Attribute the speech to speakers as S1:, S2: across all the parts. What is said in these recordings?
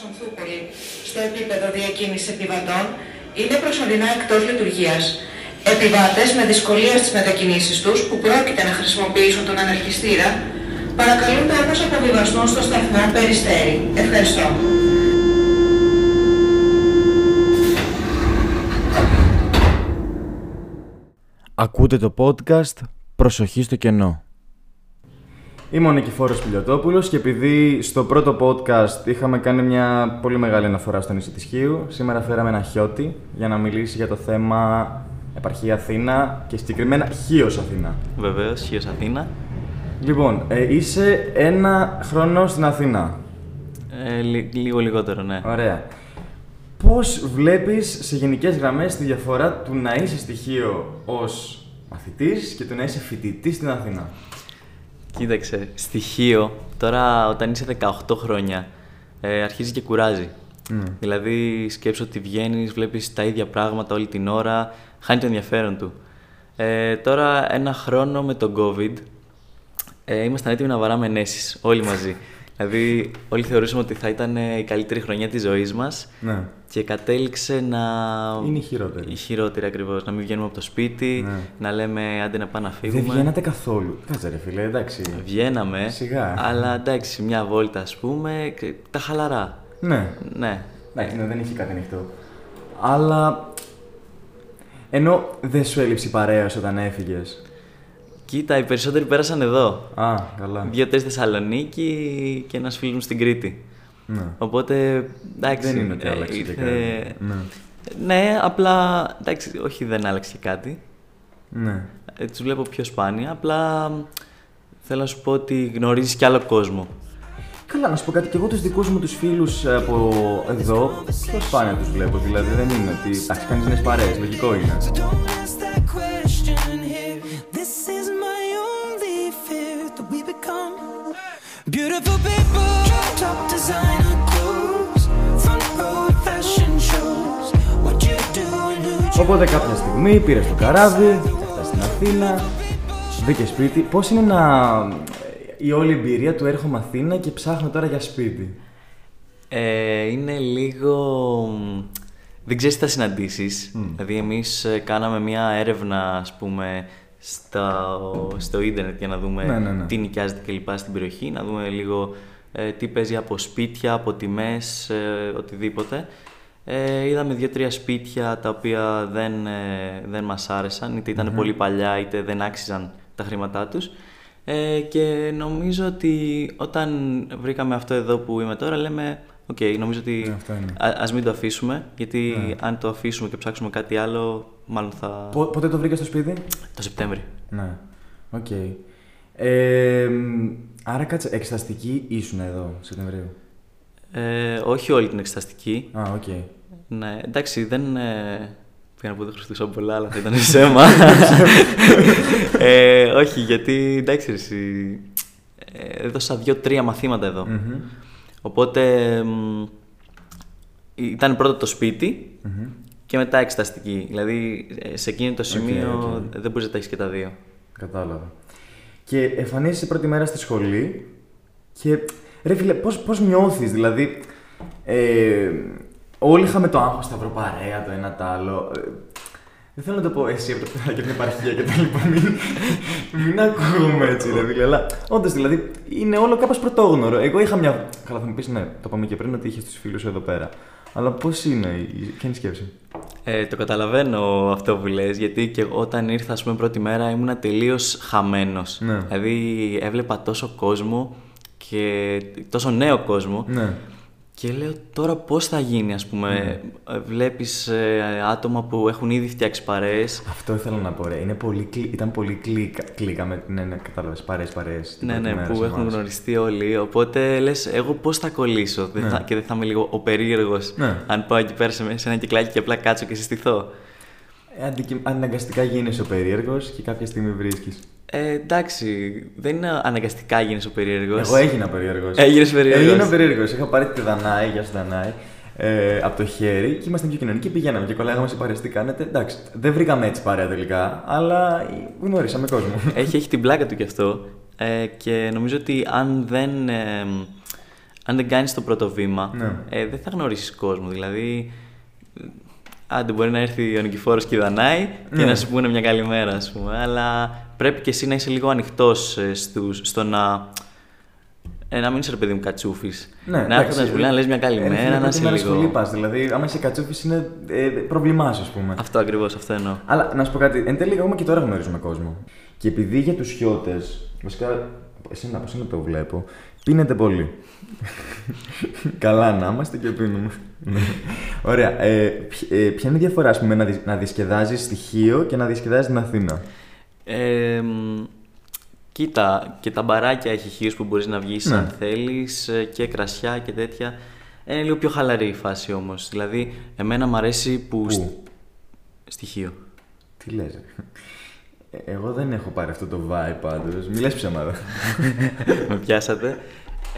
S1: Σονθούπολη στο επίπεδο διακίνησης επιβατών είναι προσωρινά εκτός λειτουργίας. Επιβάτες με δυσκολία στις μετακινήσεις τους που πρόκειται να χρησιμοποιήσουν τον αναρχιστήρα παρακαλούνται όμως αποβιβαστούν στο σταθμό Περιστέρι. Ευχαριστώ.
S2: Ακούτε το podcast «Προσοχή στο κενό».
S3: Είμαι ο Νικηφόρος Πιλιοτόπουλος και επειδή στο πρώτο podcast είχαμε κάνει μια πολύ μεγάλη αναφορά στο νησί της Χίου, σήμερα φέραμε ένα χιώτη για να μιλήσει για το θέμα επαρχία Αθήνα και συγκεκριμένα Χίος Αθήνα.
S4: Βεβαίως, Χίος Αθήνα.
S3: Λοιπόν, ε, είσαι ένα χρόνο στην Αθήνα.
S4: Ε, λι- λίγο λιγότερο, ναι.
S3: Ωραία. Πώς βλέπεις σε γενικές γραμμές τη διαφορά του να είσαι στοιχείο ως μαθητής και του να είσαι φοιτητής στην Αθήνα.
S4: Κοίταξε, στοιχείο. Τώρα, όταν είσαι 18 χρόνια, ε, αρχίζει και κουράζει.
S3: Μμ.
S4: Δηλαδή, σκέψω ότι βγαίνεις, βλέπεις τα ίδια πράγματα όλη την ώρα, χάνει το ενδιαφέρον του. Ε, τώρα, ένα χρόνο με τον COVID, ε, ήμασταν έτοιμοι να βαράμε ενέσεις όλοι μαζί. δηλαδή, όλοι θεωρούσαμε ότι θα ήταν ε, η καλύτερη χρονιά της ζωής μας.
S3: Ναι.
S4: Και κατέληξε να.
S3: Είναι η χειρότερη.
S4: Η χειρότερη ακριβώς. Να μην βγαίνουμε από το σπίτι,
S3: Ναι.
S4: να λέμε άντε να πάμε να φύγουμε.
S3: Δεν βγαίνατε καθόλου. Κάτσε ρε φίλε, εντάξει.
S4: Βγαίναμε.
S3: Σιγά.
S4: Αλλά εντάξει, μια βόλτα ας πούμε, και τα χαλαρά.
S3: Ναι.
S4: Ναι.
S3: Εντάξει, ναι, δεν είχε κάτι ανοιχτό. Αλλά. Ενώ δεν σου έλειψε η παρέα σου όταν έφυγες.
S4: Κοίτα, οι περισσότεροι πέρασαν εδώ.
S3: Α, καλά.
S4: Δύο-τρει Θεσσαλονίκη και ένας φίλος μου στην Κρήτη.
S3: Ναι.
S4: Οπότε εντάξει.
S3: Δεν είναι ότι
S4: ε,
S3: άλλαξε και
S4: ήρθε-
S3: κάτι. Ναι.
S4: Ναι, απλά εντάξει, όχι δεν άλλαξε και κάτι.
S3: Ναι.
S4: Ε, Τους βλέπω πιο σπάνια. Απλά μ, θέλω να σου πω ότι γνωρίζεις και άλλο κόσμο.
S3: Καλά, να σου πω κάτι. Και εγώ τους δικούς μου τους φίλους από εδώ πιο σπάνια τους βλέπω. Δηλαδή δεν είναι ότι. Εντάξει, κάνει νέε παρέε. Λογικό είναι.
S5: So don't ask that question here. This is my only fear that we become beautiful people. Top designer clothes, front row fashion shows. What you do and who you
S3: Οπότε κάποια στιγμή πήρε το καράβι, έφτασε στην Αθήνα, μπήκε σπίτι. Πώς είναι να. η όλη εμπειρία του έρχομαι Αθήνα και ψάχνω τώρα για σπίτι.
S4: Ε, είναι λίγο... μ, Δεν ξέρεις τι θα συναντήσεις. Δηλαδή εμείς ε, κάναμε μια έρευνα, ας πούμε, στο, στο ίντερνετ για να δούμε
S3: Ναι, ναι, ναι.
S4: τι νοικιάζεται και λοιπά στην περιοχή, να δούμε λίγο ε, τι παίζει από σπίτια, από τιμές, ε, οτιδήποτε. Ε, είδαμε δύο-τρία σπίτια τα οποία δεν, ε, δεν μας άρεσαν, είτε ήταν πολύ παλιά είτε δεν άξιζαν τα χρήματά τους. Ε, και νομίζω ότι όταν βρήκαμε αυτό εδώ που είμαι τώρα λέμε «Οκ, νομίζω ότι
S3: Ναι, αυτό είναι. Ναι.
S4: α, ας μην το αφήσουμε, γιατί αν το αφήσουμε και ψάξουμε κάτι άλλο, μάλλον θα...
S3: Πο- Πότε το βρήκα στο σπίτι,
S4: Το Σεπτέμβρη.
S3: Ναι. Οκ. Ε, μ, άρα κάτσε, εξεταστική ήσουν εδώ, Σεπτεμβρίου.
S4: Ε, όχι όλη την εξεταστική.
S3: Α, οκ.
S4: Ναι, εντάξει, δεν. Ε, πήγα να πω δεν χρησιμοποιούσα πολλά, αλλά θα ήταν ψέμα. ε, όχι, γιατί εντάξει, ρε, εσύ, ε, έδωσα δύο-τρία μαθήματα εδώ.
S3: Μμμ.
S4: Οπότε μ, ήταν πρώτα το σπιτι
S3: Μμμ.
S4: και μετά εξεταστική. Δηλαδή ε, σε εκείνο το σημείο
S3: οκ.
S4: δεν μπορείς να τα έχεις και τα δύο.
S3: Κατάλαβα. Και εμφανίζεσαι πρώτη μέρα στη σχολή και ρε φίλε, πώς, πώς νιώθεις, δηλαδή ε, όλοι είχαμε το άγχος, θα βρω παρέα το ένα το άλλο. Ε, δεν θέλω να το πω εσύ από το πέρα και την επαρχία και τα λοιπά. Μην, μην ακούγομαι έτσι, ρε φίλε. Αλλά όντως δηλαδή είναι όλο κάπως πρωτόγνωρο. Εγώ είχα μια. Καλά, θα μου πεις ναι, το είπαμε και πριν ότι είχες τους φίλους εδώ πέρα. Αλλά πώς είναι, η- η- ποια είναι η σκέψη.
S4: Ε, το καταλαβαίνω αυτό που λες, γιατί και εγώ όταν ήρθα, ας πούμε, πρώτη μέρα ήμουνα τελείως χαμένος.
S3: Ναι.
S4: Δηλαδή, έβλεπα τόσο κόσμο και τόσο νέο κόσμο
S3: Ναι.
S4: και λέω τώρα πώς θα γίνει, ας πούμε.
S3: Ναι.
S4: Ε, Βλέπεις ε, άτομα που έχουν ήδη φτιάξει παρέες.
S3: Αυτό ήθελα να πω, ρε. Είναι πολύ κλι... Ήταν πολύ κλίκα, κλίκα με... Ναι, ναι, κατάλαβες, παρέες, παρέες. την
S4: Ναι,
S3: πρώτη
S4: ναι,
S3: μέρα
S4: που
S3: σε
S4: έχουν
S3: εμάς.
S4: γνωριστεί όλοι. Οπότε λες εγώ πώς θα κολλήσω. Δεν
S3: Ναι.
S4: θα- και δεν θα είμαι λίγο ο περίεργος
S3: Ναι.
S4: Αν πάω εκεί πέρα σε σε ένα κυκλάκι και απλά κάτσω και συστηθώ.
S3: Ε, αντικει- Αναγκαστικά γίνεσαι ο περίεργος και κάποια στιγμή βρίσκεις.
S4: Ε, εντάξει, δεν είναι αναγκαστικά γίνει ο περίεργος.
S3: Εγώ έγινα περίεργος.
S4: Έγινες περίεργος.
S3: Έγινα περίεργος. Είχα πάρει τη Δανάη, γεια σου Δανάη, ε, από το χέρι και ήμασταν πιο κοινωνικοί. Πηγαίναμε και κολλάγαμε σε παρέες, τι κάνετε. Εντάξει, δεν βρήκαμε έτσι παρέα τελικά, αλλά γνωρίσαμε κόσμο.
S4: Έχει, έχει την πλάκα του κι αυτό. Ε, και νομίζω ότι αν δεν. ε, αν δεν κάνεις το πρώτο βήμα,
S3: Ναι.
S4: ε, δεν θα γνωρίσεις κόσμο. Δηλαδή, ε, άντε μπορεί να έρθει ο νικηφόρος και η Δανάη και
S3: Ναι.
S4: να σου πούνε μια καλημέρα, ας πούμε. Αλλά πρέπει και εσύ να είσαι λίγο ανοιχτός στο να. Ε, να μην είσαι ρε παιδί μου κατσούφης.
S3: Ναι,
S4: να έρθει να σου λέει να λες μια
S3: Ε,
S4: καλημέρα, να είσαι λίγο.
S3: Λίπα, δηλαδή, άμα είσαι κατσούφι, είναι ε, πρόβλημά σου, ας πούμε.
S4: Αυτό ακριβώς, αυτό εννοώ.
S3: Αλλά να σου πω κάτι, εν τέλει ακόμα και τώρα γνωρίζουμε κόσμο. Και επειδή για τους χιώτες, βασικά από εσένα, από εσένα το βλέπω, πίνετε πολύ. Καλά να είμαστε και πίνουμε. Ναι. Ωραία. Ε, ποι- ε, ποια είναι η διαφορά, ας πούμε, να, δι, να διασκεδάζεις στοιχείο και να διασκεδάζεις την Αθήνα.
S4: Ε, μ, κοίτα, και τα μπαράκια έχει χείρους που μπορείς να βγεις
S3: Ναι.
S4: αν θέλεις ε, και κρασιά και τέτοια. Είναι λίγο πιο χαλαρή η φάση όμως. Δηλαδή, εμένα μου αρέσει που...
S3: Πού?
S4: σ- Στοιχείο.
S3: Τι λες, ρε. Ε, εγώ δεν έχω πάρει αυτό το vibe πάντως. Μιλάς ψέματα.
S4: Με πιάσατε.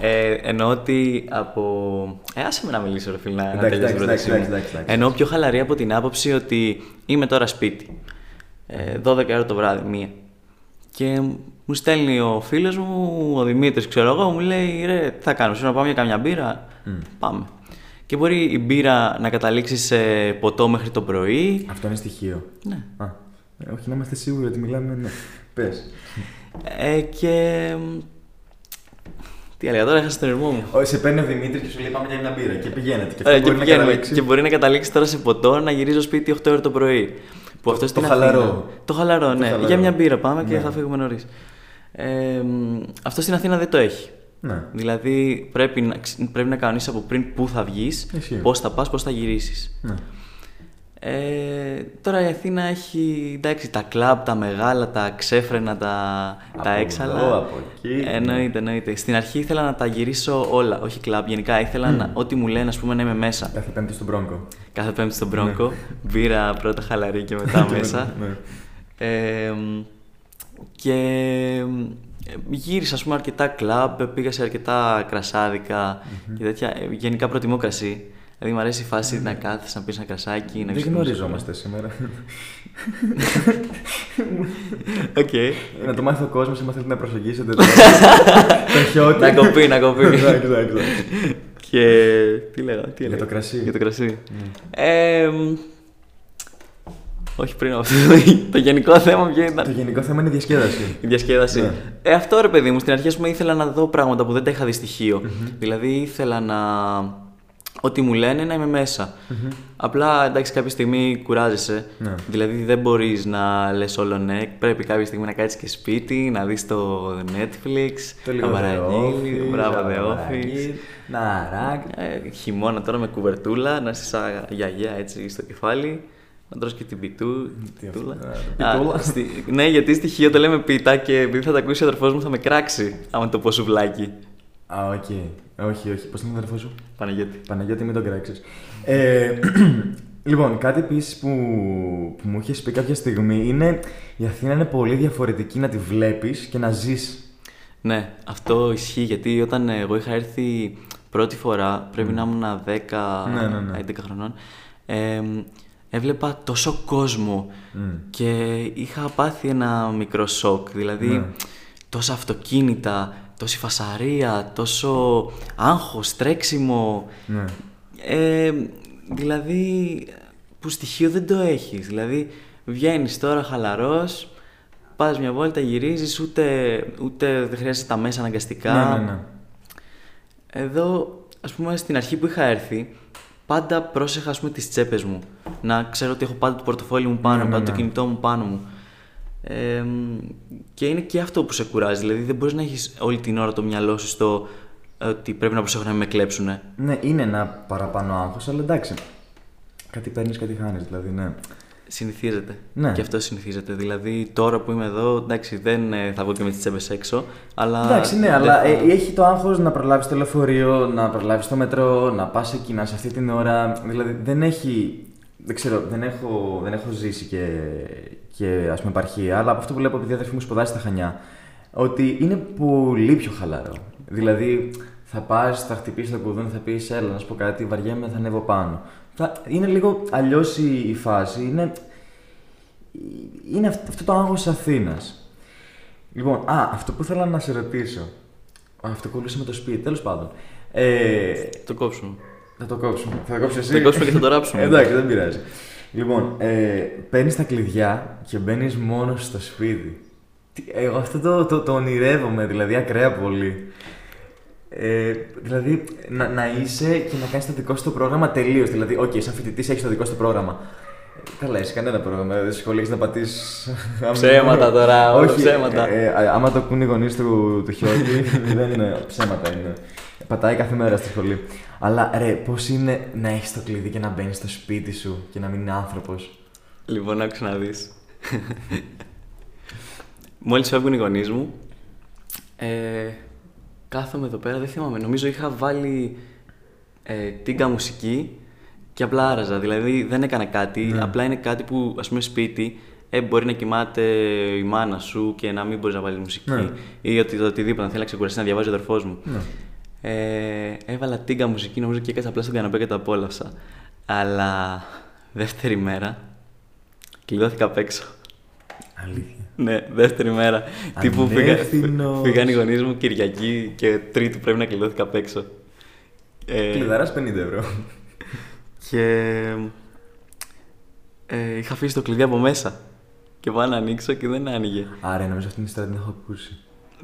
S4: Ε, εννοώ ότι από. Ε, άσε με να μιλήσω, ρε φίλε, να- να
S3: Εντάξει,
S4: τελειώσει την
S3: εντάξει,
S4: πρότασή μου.
S3: εντάξει, εντάξει, εντάξει.
S4: Εννοώ πιο χαλαρή από την άποψη ότι είμαι τώρα σπίτι. Ε, 12 ώρα το βράδυ, μία. Και μου στέλνει ο φίλος μου, ο Δημήτρης, ξέρω εγώ, μου λέει ρε, τι θα κάνουμε, σου να πάμε για καμιά μπύρα. Πάμε. Και μπορεί η μπύρα να καταλήξει σε ποτό μέχρι το πρωί.
S3: αυτό είναι στοιχείο.
S4: Ναι.
S3: Α, ε, όχι, να είμαστε σίγουροι ότι μιλάμε. Ναι. Πες.
S4: Ε, και. Τι έλεγα τώρα, έχασα τον ερμό μου.
S3: Ω, Σε παίρνει ο Δημήτρης και σου λέει πάμε για μια μπύρα και πηγαίνετε. Και,
S4: Ωραία,
S3: αυτό
S4: Ε, και,
S3: μπορεί να
S4: πηγαίνουμε.
S3: καταλήξει-
S4: και μπορεί να καταλήξει τώρα σε ποτό να γυρίζω σπίτι 8 ώρα το πρωί. Που αυτό
S3: το
S4: στην
S3: χαλαρό.
S4: Αθήνα- Το χαλαρό,
S3: Το
S4: ναι.
S3: χαλαρό.
S4: Για μια μπύρα πάμε και
S3: Ναι.
S4: θα φύγουμε νωρίς. Ε, μ, αυτό στην Αθήνα δεν το έχει.
S3: Ναι.
S4: Δηλαδή πρέπει να, ξε- πρέπει να κανονίσεις από πριν πού θα βγεις,
S3: Ισχύει.
S4: πώς θα πας, πώς θα γυρίσεις.
S3: ναι.
S4: Ε, τώρα η Αθήνα έχει εντάξει, τα κλαμπ, τα μεγάλα, τα ξέφρενα, τα,
S3: Από
S4: τα έξαλα. Ε,
S3: εδώ, από εκεί.
S4: Εννοείται, εννοείται. Στην αρχή ήθελα να τα γυρίσω όλα, όχι κλαμπ. Γενικά
S3: Ναι.
S4: ήθελα να, ό,τι μου λένε, ας πούμε, να είμαι μέσα.
S3: Κάθε πέμπτη στον Πρόγκο.
S4: Κάθε Πέμπτη στον Πρόγκο. Μπύρα πρώτα χαλαρή και μετά
S3: Και
S4: μέσα.
S3: μετά, ναι.
S4: Ε, μ, και μ, ε, γύρισα, ας πούμε, αρκετά κλαμπ, πήγα σε αρκετά κρασάδικα και τέτοια. Ε, Γενικά προτιμώ κρασί. Δηλαδή, μου αρέσει η φάση να κάθεσαι, να πεις ένα κρασάκι,
S3: Ναι.
S4: να
S3: Δεν
S4: ξυπνήσεις.
S3: γνωριζόμαστε σήμερα.
S4: Οκ.
S3: να το μάθει ο κόσμος, άμα θέλετε να προσεγγίσετε. το- Το χιότι.
S4: Να κοπεί, να κοπεί.
S3: Εντάξει, εντάξει, εντάξει.
S4: και. Τι λέγα, τι έλεγα.
S3: το κρασί. Ναι.
S4: Για το κρασί. Ε, μ, όχι πριν από αυτό. το γενικό θέμα ποιο ήταν.
S3: Το γενικό θέμα είναι η διασκέδαση.
S4: Η διασκέδαση.
S3: Ναι.
S4: Ε, αυτό ρε παιδί μου, στην αρχή ας πούμε, ήθελα να δω πράγματα που δεν τα είχα δει στοιχειο Δηλαδή ήθελα να. Ό,τι μου λένε να είμαι μεσα Απλά εντάξει, κάποια στιγμή κουράζεσαι.
S3: Ναι.
S4: Δηλαδή δεν μπορείς να λες όλο ναι. Πρέπει κάποια στιγμή να κάτσεις και σπίτι, να δεις το Netflix,
S3: Το
S4: να
S3: λίγο
S4: παραγγείλεις.
S3: The
S4: Μπράβο,
S3: Office,
S4: The
S3: να
S4: Office.
S3: παραγγείλεις, Να ράκ.
S4: Ε, χειμώνα τώρα με κουβερτούλα, να είσαι σαν γιαγιά έτσι στο κεφάλι. Να τρως και την πιτού,
S3: Τι
S4: πιτούλα.
S3: αυτό, α,
S4: Α,
S3: πιτούλα.
S4: στη- ναι, γιατί στοιχείο το λέμε πίτα και επειδή θα τα ακούσει ο αδερφός μου θα με κράξει άμα το πω σουβλάκι.
S3: Α, οκ. Όχι, όχι. Πώς είναι ο αδερφός σου.
S4: Παναγιώτη.
S3: Παναγιώτη, μην τον κράξεις. λοιπόν, κάτι επίσης που, που μου είχες πει κάποια στιγμή είναι η Αθήνα είναι πολύ διαφορετική να τη βλέπεις και να ζεις.
S4: Ναι, αυτό ισχύει γιατί όταν εγώ είχα έρθει πρώτη φορά, πρέπει να ήμουν 10-11
S3: Ναι, ναι, ναι.
S4: χρονών, ε, έβλεπα τόσο κόσμο και είχα πάθει ένα μικρό σοκ. Δηλαδή,
S3: Ναι.
S4: τόσα αυτοκίνητα, τόση φασαρία, τόσο άγχος, τρέξιμο.
S3: Ναι.
S4: Ε, δηλαδή, που στοιχείο δεν το έχεις. Δηλαδή, βγαίνεις τώρα χαλαρός, πας μια βόλτα, γυρίζεις, ούτε, ούτε δεν χρειάζεται τα μέσα αναγκαστικά.
S3: Ναι, ναι, ναι.
S4: Εδώ, ας πούμε, στην αρχή που είχα έρθει, πάντα πρόσεχα, ας πούμε, τις τσέπες μου. Να ξέρω ότι έχω πάντα το πορτοφόλι μου πάνω,
S3: Ναι, ναι,
S4: πάντα το
S3: ναι.
S4: κινητό μου πάνω μου. Ε, μ, και είναι και αυτό που σε κουράζει. Δηλαδή, δεν μπορείς να έχεις όλη την ώρα το μυαλό σου στο ε, ότι πρέπει να προσέχω να μην με κλέψουνε.
S3: Ναι, είναι ένα παραπάνω άγχος, αλλά εντάξει. Κάτι παίρνεις, κάτι χάνεις, δηλαδή, ναι.
S4: Συνηθίζεται.
S3: Ναι.
S4: Και αυτό συνηθίζεται. Δηλαδή, τώρα που είμαι εδώ, εντάξει, δεν ε, θα βγω και με τις τσέπες έξω. Αλλά
S3: εντάξει, ναι,
S4: δεν
S3: αλλά
S4: θα-
S3: ε, έχει το άγχος να προλάβεις το λεωφορείο, να προλάβεις το μετρό, να πας εκεί, να είσαι αυτή την ώρα. Δηλαδή, δεν έχει. Δεν ξέρω, δεν έχω, δεν έχω ζήσει και, και ας πούμε επαρχία, αλλά από αυτό που βλέπω επειδή η αδερφή μου σπουδάζει στα Χανιά, ότι είναι πολύ πιο χαλαρό. Δηλαδή, θα πας, θα χτυπήσεις το κουδούνι, θα πεις Έλα, να σου πω κάτι, βαριέμαι, θα ανέβω πάνω. Θα, είναι λίγο αλλιώς η, η φάση. Είναι είναι αυ- αυτό το άγχος της Αθήνας. Λοιπόν, α, αυτό που ήθελα να σε ρωτήσω. Αυτό κολλούσε με το σπίτι, τέλος πάντων. Ε,
S4: Το κόψουμε.
S3: θα το κόψουμε. Θα το κόψεις εσύ.
S4: Θα το κόψουμε και θα το ράψουμε.
S3: Εντάξει, δεν πειράζει. Λοιπόν, ε, παίρνεις τα κλειδιά και μπαίνεις μόνος στο σπίτι. Τι- Εγώ αυτό το, το, το ονειρεύομαι, δηλαδή ακραία πολύ. Ε, δηλαδή, να, να είσαι και να κάνεις το δικό σου το πρόγραμμα τελείως. Δηλαδή, οκ, σαν φοιτητής έχεις το δικό σου το πρόγραμμα. Ε, Καλά, εσύ κανένα πρόγραμμα. Δηλαδή, στη σχολή έχεις να πατήσει.
S4: Ψέματα τώρα, όλα ψέματα.
S3: Ε, ε, άμα το ακούν οι γονείς του, του Χιώτη, δεν είναι ψέματα. Είναι. Πατάει κάθε μέρα στη σχολή. Αλλά ρε, πώς είναι να έχεις το κλειδί και να μπαίνεις στο σπίτι σου και να μην είναι άνθρωπος.
S4: Λοιπόν, άκουσα να δει. Μόλις φεύγουν οι γονείς μου, ε, κάθομαι εδώ πέρα, δεν θυμάμαι. Νομίζω είχα βάλει ε, τίγκα μουσική και απλά άραζα. Δηλαδή δεν έκανα κάτι,
S3: Ναι.
S4: απλά είναι κάτι που ας πούμε σπίτι. Ε, μπορεί να κοιμάται η μάνα σου και να μην μπορείς να βάλεις μουσική
S3: Ναι.
S4: ή οτι, οτιδήποτε. Να θέλει να ξεκουραστεί να διαβάζει ο αδερφός μου. Ε, έβαλα τίγκα μουσική, νομίζω και έκανα απλά στον καναπέ και το απόλαυσα. Αλλά δεύτερη μέρα κλειδώθηκα απ' έξω.
S3: Αλήθεια.
S4: Ναι, δεύτερη μέρα. Τύπου πήγα,
S3: Ανεύθυνος.
S4: πήγαν οι γονείς μου Κυριακή και Τρίτη πρέπει να κλειδώθηκα απ' έξω. Ε,
S3: Κλειδαράς 50 ευρώ.
S4: και ε, είχα αφήσει το κλειδί από μέσα. Και πάω να ανοίξω και δεν άνοιγε.
S3: Άρα, νομίζω αυτήν την ιστορία την έχω ακούσει.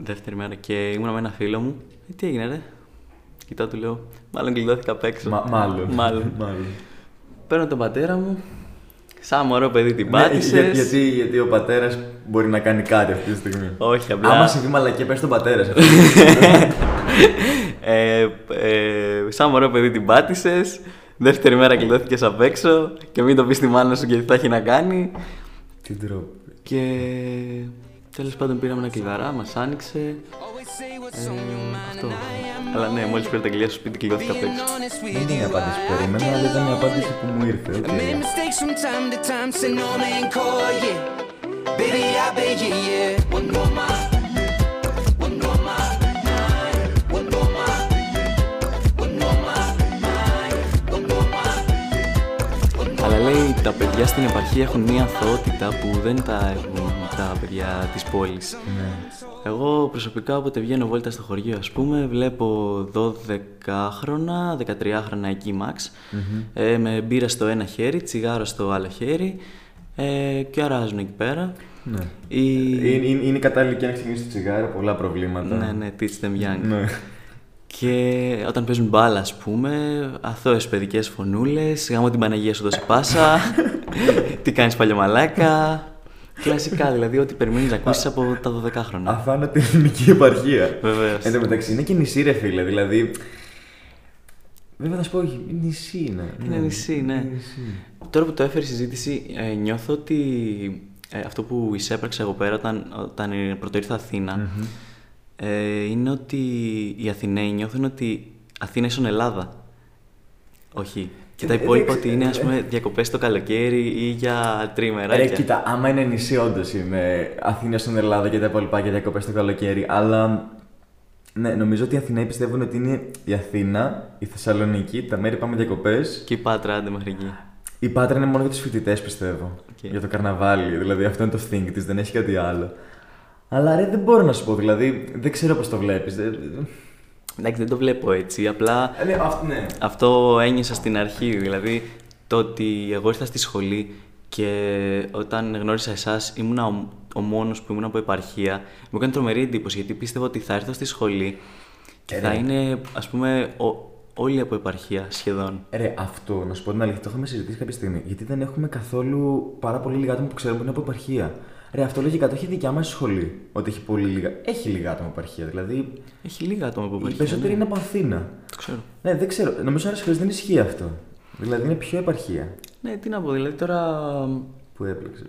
S4: Δεύτερη μέρα και ήμουνα με ένα φίλο μου. «Ε, τι έγινε, ρε. Κοιτάω, του λέω. Μάλλον κλειδώθηκα απ' έξω.
S3: Μα- μάλλον.
S4: μάλλον. Παίρνω τον πατέρα μου. Σαν μωρό παιδί την
S3: Ναι,
S4: πάτησες.
S3: για- γιατί, γιατί ο πατέρας μπορεί να κάνει κάτι αυτή τη στιγμή.
S4: Όχι, απλά.
S3: Άμα συμβεί μαλακία, πες τον πατέρα.
S4: ε, ε, σαν μωρό παιδί την πάτησες. Δεύτερη μέρα κλειδώθηκες απ' έξω και μην το πεις στη μάνα σου γιατί θα έχει να κάνει.
S3: Τι ντροπή.
S4: Και τέλος πάντων πήραμε ένα κλειδαρά, μας άνοιξε.
S5: Always say what's on your mind,
S4: Αυτό.
S5: and I am
S4: Αλλά ναι, μόλις πήρε τα κλειδιά στο σπίτι κλειδώθηκε απ'
S5: being
S4: έξω.
S5: honest
S3: Δεν
S5: with
S3: είναι η
S5: you.
S3: απάντηση που περίμενα, αλλά ήταν η απάντηση που μου ήρθε. οκ.
S5: I made mistakes from time to time, say no man call, yeah. Baby, I beg you, yeah. One more mile, one more mile, nine. One more mile, one more mile, nine. One more mile.
S4: Αλλά λέει τα παιδιά στην επαρχία έχουν μια αθωότητα που δεν τα έχουν τα παιδιά της πόλης.
S3: Ναι.
S4: Εγώ προσωπικά όποτε βγαίνω βόλτα στο χωριό, ας πούμε, βλέπω 12χρονα, 13χρονα εκεί max,
S3: Mm-hmm.
S4: ε, με μπύρα στο ένα χέρι, τσιγάρο στο άλλο χέρι ε, και αράζουν εκεί πέρα.
S3: Ναι.
S4: Η...
S3: Είναι, είναι, είναι η κατάλληλη και να ξεκινήσει το τσιγάρο, πολλά προβλήματα.
S4: Ναι, ναι, teach them young.
S3: Ναι.
S4: Και όταν παίζουν μπάλα, ας πούμε, αθώες παιδικές φωνούλες, γάμο την Παναγία σου δώσει πάσα. τι κάνεις παλιομαλάκα. Κλασικά δηλαδή, ό,τι περιμένεις να ακούσεις από τα 12 χρόνια.
S3: Αφάνω την ελληνική επαρχία.
S4: Ναι. Βεβαίως.
S3: Εν τω μεταξύ είναι και νησί, ρε φίλε. Δηλαδή. Βέβαια θα σου πω, όχι, νησί είναι.
S4: Είναι νησί, ναι. Τώρα που το έφερε η συζήτηση, ε, νιώθω ότι ε, αυτό που εισέπραξα εγώ πέρα όταν, όταν ε, πρώτο ήρθα Αθήνα, ε, είναι ότι οι Αθηναίοι νιώθουν ότι Αθήνα ίσον Ελλάδα. Όχι. Και τα
S3: Ε,
S4: υπόλοιπα
S3: εντάξει,
S4: ότι είναι ας
S3: ε,
S4: πούμε διακοπές το καλοκαίρι ή για τρίμερα.
S3: Ρε, κοίτα, άμα είναι νησί, όντως είναι Αθήνα στην Ελλάδα και τα υπόλοιπα για διακοπές το καλοκαίρι. Αλλά ναι, νομίζω ότι οι Αθηναίοι πιστεύουν ότι είναι η Αθήνα, η Θεσσαλονίκη, τα μέρη που πάμε διακοπές.
S4: Και η Πάτρα, άντε μέχρι εκεί.
S3: Η Πάτρα είναι μόνο για τους φοιτητές, πιστεύω.
S4: Οκ.
S3: Για το καρναβάλι. Δηλαδή αυτό είναι το thing της, δεν έχει κάτι άλλο. Αλλά ρε, δεν μπορώ να σου πω, δηλαδή δεν ξέρω πώς το βλέπεις.
S4: Εντάξει, δεν το βλέπω έτσι. Απλά
S3: Ναι, αυτό ναι.
S4: Αυτό ένιωσα στην αρχή, δηλαδή το ότι εγώ ήρθα στη σχολή και όταν γνώρισα εσάς, ήμουνα ο, ο μόνος που ήμουν από επαρχία. Μου έκανε τρομερή εντύπωση γιατί πίστευα ότι θα έρθω στη σχολή και θα είναι, ας πούμε, ο, όλοι από επαρχία σχεδόν.
S3: Ρε, αυτό να σου πω την αλήθεια, το είχαμε συζητήσει κάποια στιγμή. Γιατί δεν έχουμε καθόλου πάρα πολύ λίγα άτομα που ξέρουμε που είναι από επαρχία. Ρε, αυτό λογικά το έχει η δικιά μας σχολή. Ότι έχει πολύ λίγα. Έχει λίγα άτομα από επαρχία. Δηλαδή,
S4: Έχει λίγα άτομα από
S3: οι
S4: επαρχία.
S3: περισσότεροι
S4: ναι.
S3: είναι από Αθήνα.
S4: Το ξέρω.
S3: Ναι, δεν ξέρω. Νομίζω ότι σχολέ δεν ισχύει αυτό. Δηλαδή, είναι πιο επαρχία
S4: Ναι, τι να πω, δηλαδή τώρα.
S3: που έπλεξες.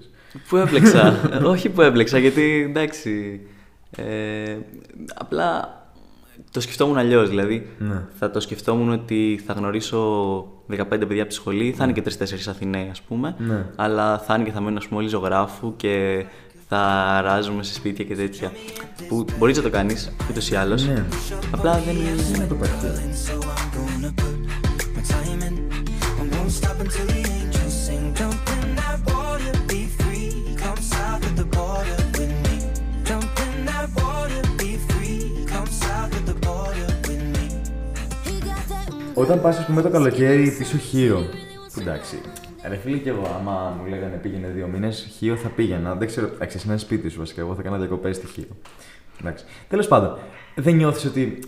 S4: Πού έμπλεξα. Όχι που έμπλεξα, γιατί εντάξει. Ε, απλά το σκεφτόμουν αλλιώς. Δηλαδή,
S3: Ναι.
S4: θα το σκεφτόμουν ότι θα γνωρίσω 15 παιδιά από τη σχολή, θα είναι και 3-4 Αθηναίοι, ας πούμε.
S3: Ναι.
S4: Αλλά θα είναι και θα μένουν, ας πούμε, όλοι ζωγράφου και θα ράζουμε σε σπίτια και τέτοια. Που μπορείς να το κάνεις ούτως ή άλλως.
S3: Ναι.
S4: Απλά δεν.
S3: Δεν είναι από επαρχία.
S5: So I'm gonna put my time in. I won't stop until the angels sing. Jump in that water, be free. Come south of the border with me. Jump in that water, be free. Come south of the border with me.
S6: He
S3: Όταν πας, ας πούμε, το καλοκαίρι πίσω χείο. που Εντάξει. Ρε φίλε και εγώ, άμα μου λέγανε πήγαινε δύο μήνες, χείο θα πήγαινα. Δεν ξέρω, αξίζει ένα σπίτι σου βασικά. Εγώ θα έκανα διακοπές στη χείο. Εντάξει. Τέλος πάντων, δεν νιώθεις ότι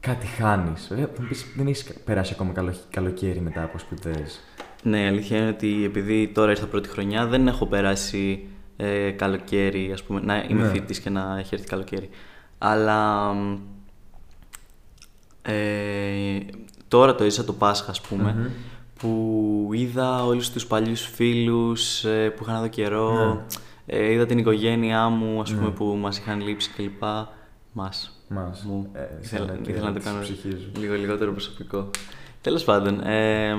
S3: κάτι χάνεις. Βέβαια, θα μου πεις, δεν έχεις περάσει ακόμα καλο- καλοκαίρι μετά από σπουδές.
S4: Ναι, η αλήθεια είναι ότι επειδή τώρα ήρθα πρώτη χρονιά, δεν έχω περάσει ε, καλοκαίρι, ας πούμε, να είμαι
S3: Ναι.
S4: ναι. και να έχει έρθει καλοκαίρι. Αλλά μ, ε, τώρα το έζησα το Πάσχα, ας πούμε, που είδα όλους τους παλιούς φίλους ε, που είχαν εδώ
S3: Ναι.
S4: καιρό, ε, είδα την οικογένειά μου, ας πούμε, που μας είχαν λείψει κλπ. Μας.
S3: Μας.
S4: Μου.
S3: Ε,
S4: ήθελα,
S3: ήθελα και
S4: ήθελα να το
S3: τις
S4: κάνω
S3: ψυχίζω.
S4: λίγο λιγότερο προσωπικό. Τέλος πάντων, ε,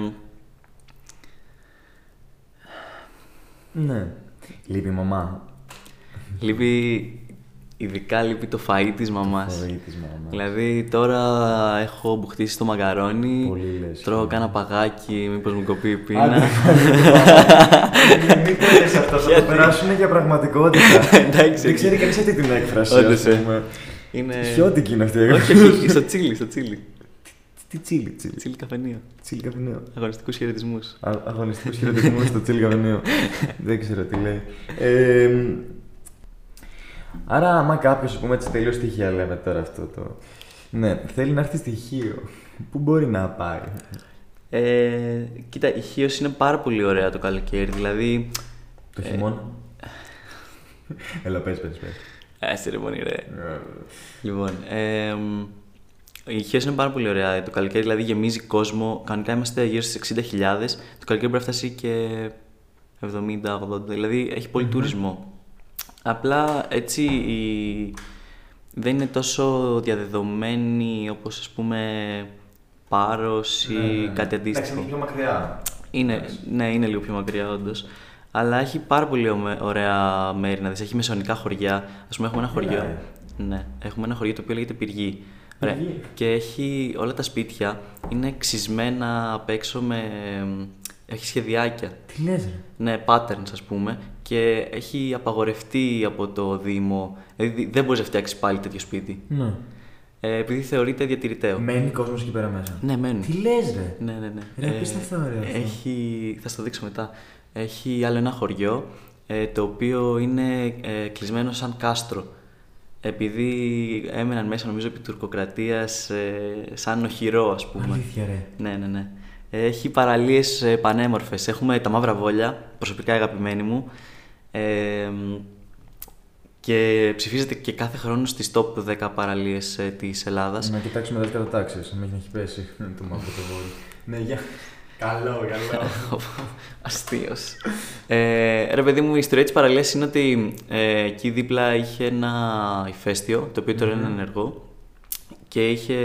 S3: Ναι. Λείπει η μαμά.
S4: Λείπει, ειδικά λείπει το φαΐ της μαμάς.
S3: φαΐ της μαμάς.
S4: Δηλαδή τώρα έχω μπουχτίσει το μαγαρόνι,
S3: Πολύ λες. ναι.
S4: τρώω κάνα παγάκι, μήπως μου κοπεί η πείνα.
S3: Άντε, Μην το λες αυτό, θα το
S4: Γιατί?
S3: περάσουν για πραγματικότητα.
S4: Εντάξει.
S3: Δεν ξέρει κανείς αυτή την έκφραση.
S4: Όντως,
S3: ας
S4: ε.
S3: πούμε.
S4: Είναι...
S3: Χιόντικη είναι αυτή η
S4: Όχι,
S3: έκφραση.
S4: όχι, στο τσίλι, στο τσίλι.
S3: Τι τσίλι, τσίλι.
S4: Τσίλι καφενείο.
S3: Τσίλι καπνέο.
S4: Αγωνιστικούς χαιρετισμούς.
S3: Α- Αγωνιστικούς χαιρετισμούς στο τσίλι καπνέο. Δεν ξέρω τι λέει. Ε, Άρα, άμα κάποιος, ας πούμε, έτσι τελείως στοιχεία λέμε τώρα αυτό το. Ναι, θέλει να έρθει στοιχείο. Πού μπορεί να πάει.
S4: Ε, κοίτα, η χίος είναι πάρα πολύ ωραία το καλοκαίρι, δηλαδή...
S3: Το χειμώνα. Έλα, πες, πες, πες.
S4: Άσε ρε μόνοι, ρε.
S3: Ναι.
S4: Λοιπόν, ε, μ, η Χίος είναι πάρα πολύ ωραία. Το καλοκαίρι δηλαδή γεμίζει κόσμο. Κανονικά είμαστε γύρω στις 60.000. Το καλοκαίρι μπορεί να φτάσει και 70-80. Δηλαδή έχει πολύ τουρισμό. Απλά έτσι η... δεν είναι τόσο διαδεδομένη όπως ας πούμε Πάρος ή
S3: Ναι,
S4: κάτι αντίστοιχο.
S3: πιο μακριά.
S4: Είναι, ναι, είναι λίγο πιο μακριά όντως. Αλλά έχει πάρα πολύ ωμε- ωραία μέρη να δεις. Έχει μεσαιωνικά χωριά. Ας πούμε, έχουμε ένα χωριό.
S3: Μιλάει.
S4: Ναι, έχουμε ένα χωριό το οποίο λέγεται Πυργή. Ωραία.
S3: Πυργή.
S4: Και έχει όλα τα σπίτια είναι ξυσμένα απ' έξω με. Έχει σχεδιάκια.
S3: Τι λες, ρε.
S4: Ναι, patterns ας πούμε και έχει απαγορευτεί από το Δήμο. Δηλαδή δεν μπορείς να φτιάξεις πάλι τέτοιο σπίτι.
S3: Ναι.
S4: Ε, επειδή θεωρείται διατηρηταίο.
S3: Μένει κόσμος εκεί πέρα μέσα.
S4: Ναι, μένουν.
S3: Τι λες, ρε.
S4: Ναι, ναι, ναι.
S3: Ρε, απίστευτα ωραίο αυτό.
S4: Έχει, θα στο δείξω μετά. Έχει άλλο ένα χωριό, ε, το οποίο είναι ε, κλεισμένο σαν κάστρο. Επειδή έμεναν μέσα, νομίζω, επί τουρκοκρατίας, ε, σαν οχυρό, ας πούμε.
S3: Αλήθεια, ρε.
S4: Ναι, ναι, ναι. Έχει παραλίες ε, πανέμορφες. Έχουμε τα μαύρα βόλια, προσωπικά αγαπημένη μου. Ε, μ, και ψηφίζεται και κάθε χρόνο στις top 10 παραλίες ε, της Ελλάδας.
S3: Να κοιτάξουμε τα κατατάξεις, να μην έχει πέσει το μαύρο το βόλιο. Ναι, για. Καλό, καλό.
S4: Αστείος. Ε, ρε, παιδί μου, η ιστορία της παραλίας είναι ότι ε, εκεί δίπλα είχε ένα ηφαίστειο, το οποίο τώρα είναι
S3: Mm-hmm.
S4: ενεργό. Και είχε.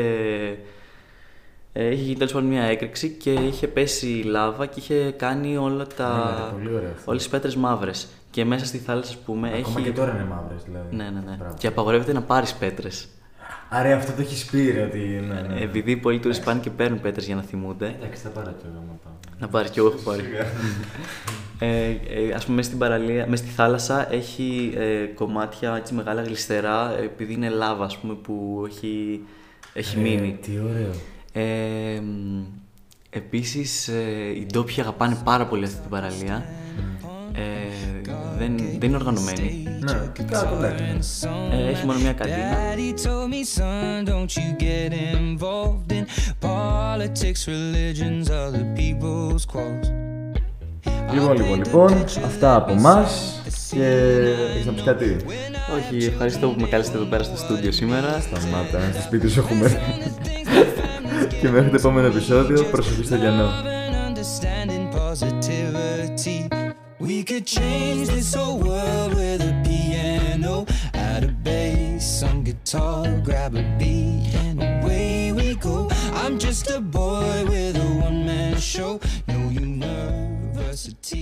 S4: ε, είχε γίνει τέλος πάντων μια έκρηξη και είχε πέσει η λάβα και είχε κάνει όλα
S3: Ναι,
S4: τα.
S3: ναι, πολύ ωραίο αυτό.
S4: όλες τις πέτρες μαύρες. Και μέσα στη θάλασσα, ας πούμε,
S3: Ακόμα
S4: Ναι, έχει.
S3: και τώρα είναι μαύρες, δηλαδή.
S4: Ναι, ναι, ναι.
S3: Μπράβο.
S4: Και απαγορεύεται να πάρεις πέτρες. Ε,
S3: Άρα αυτό το έχεις πει, ρε, ότι. Ναι, ναι.
S4: Επειδή πολλοί τουρίστες πάνε και παίρνουν πέτρες για να θυμούνται.
S3: Εντάξει, θα πάρω το να πάω.
S4: Να πάρεις κι εγώ έχω πάρει. ε, ε, ας πούμε, μέσα στην παραλία, μέσα στη θάλασσα έχει ε, κομμάτια έτσι μεγάλα γλιστερά, επειδή είναι λάβα, ας πούμε, που έχει, έχει μείνει.
S3: Τι ωραίο.
S4: Ε, μ, επίσης, ε, οι ντόπιοι αγαπάνε πάρα πολύ αυτή την παραλία. Ε, δεν, δεν είναι οργανωμένη.
S3: Ναι, κάτω, ναι.
S4: Ε, έχει μόνο μια καντίνα.
S5: Daddy told me, son, don't you get involved in politics, religions, other people's quotes.
S3: Λοιπόν, λοιπόν, λοιπόν, αυτά από εμά και έχεις να πεις κάτι.
S4: Όχι, ευχαριστώ που με κάλεσατε εδώ πέρα στο στούντιο σήμερα.
S3: Σταμάτα, ε, στο σπίτι σου έχουμε. και μέχρι το επόμενο επεισόδιο, προσοχή στο λιανό.
S5: Love and understanding positivity. We could change this whole world with a piano, add a bass, some guitar, grab a beat, and away we go. I'm just a boy with a one man show. No university.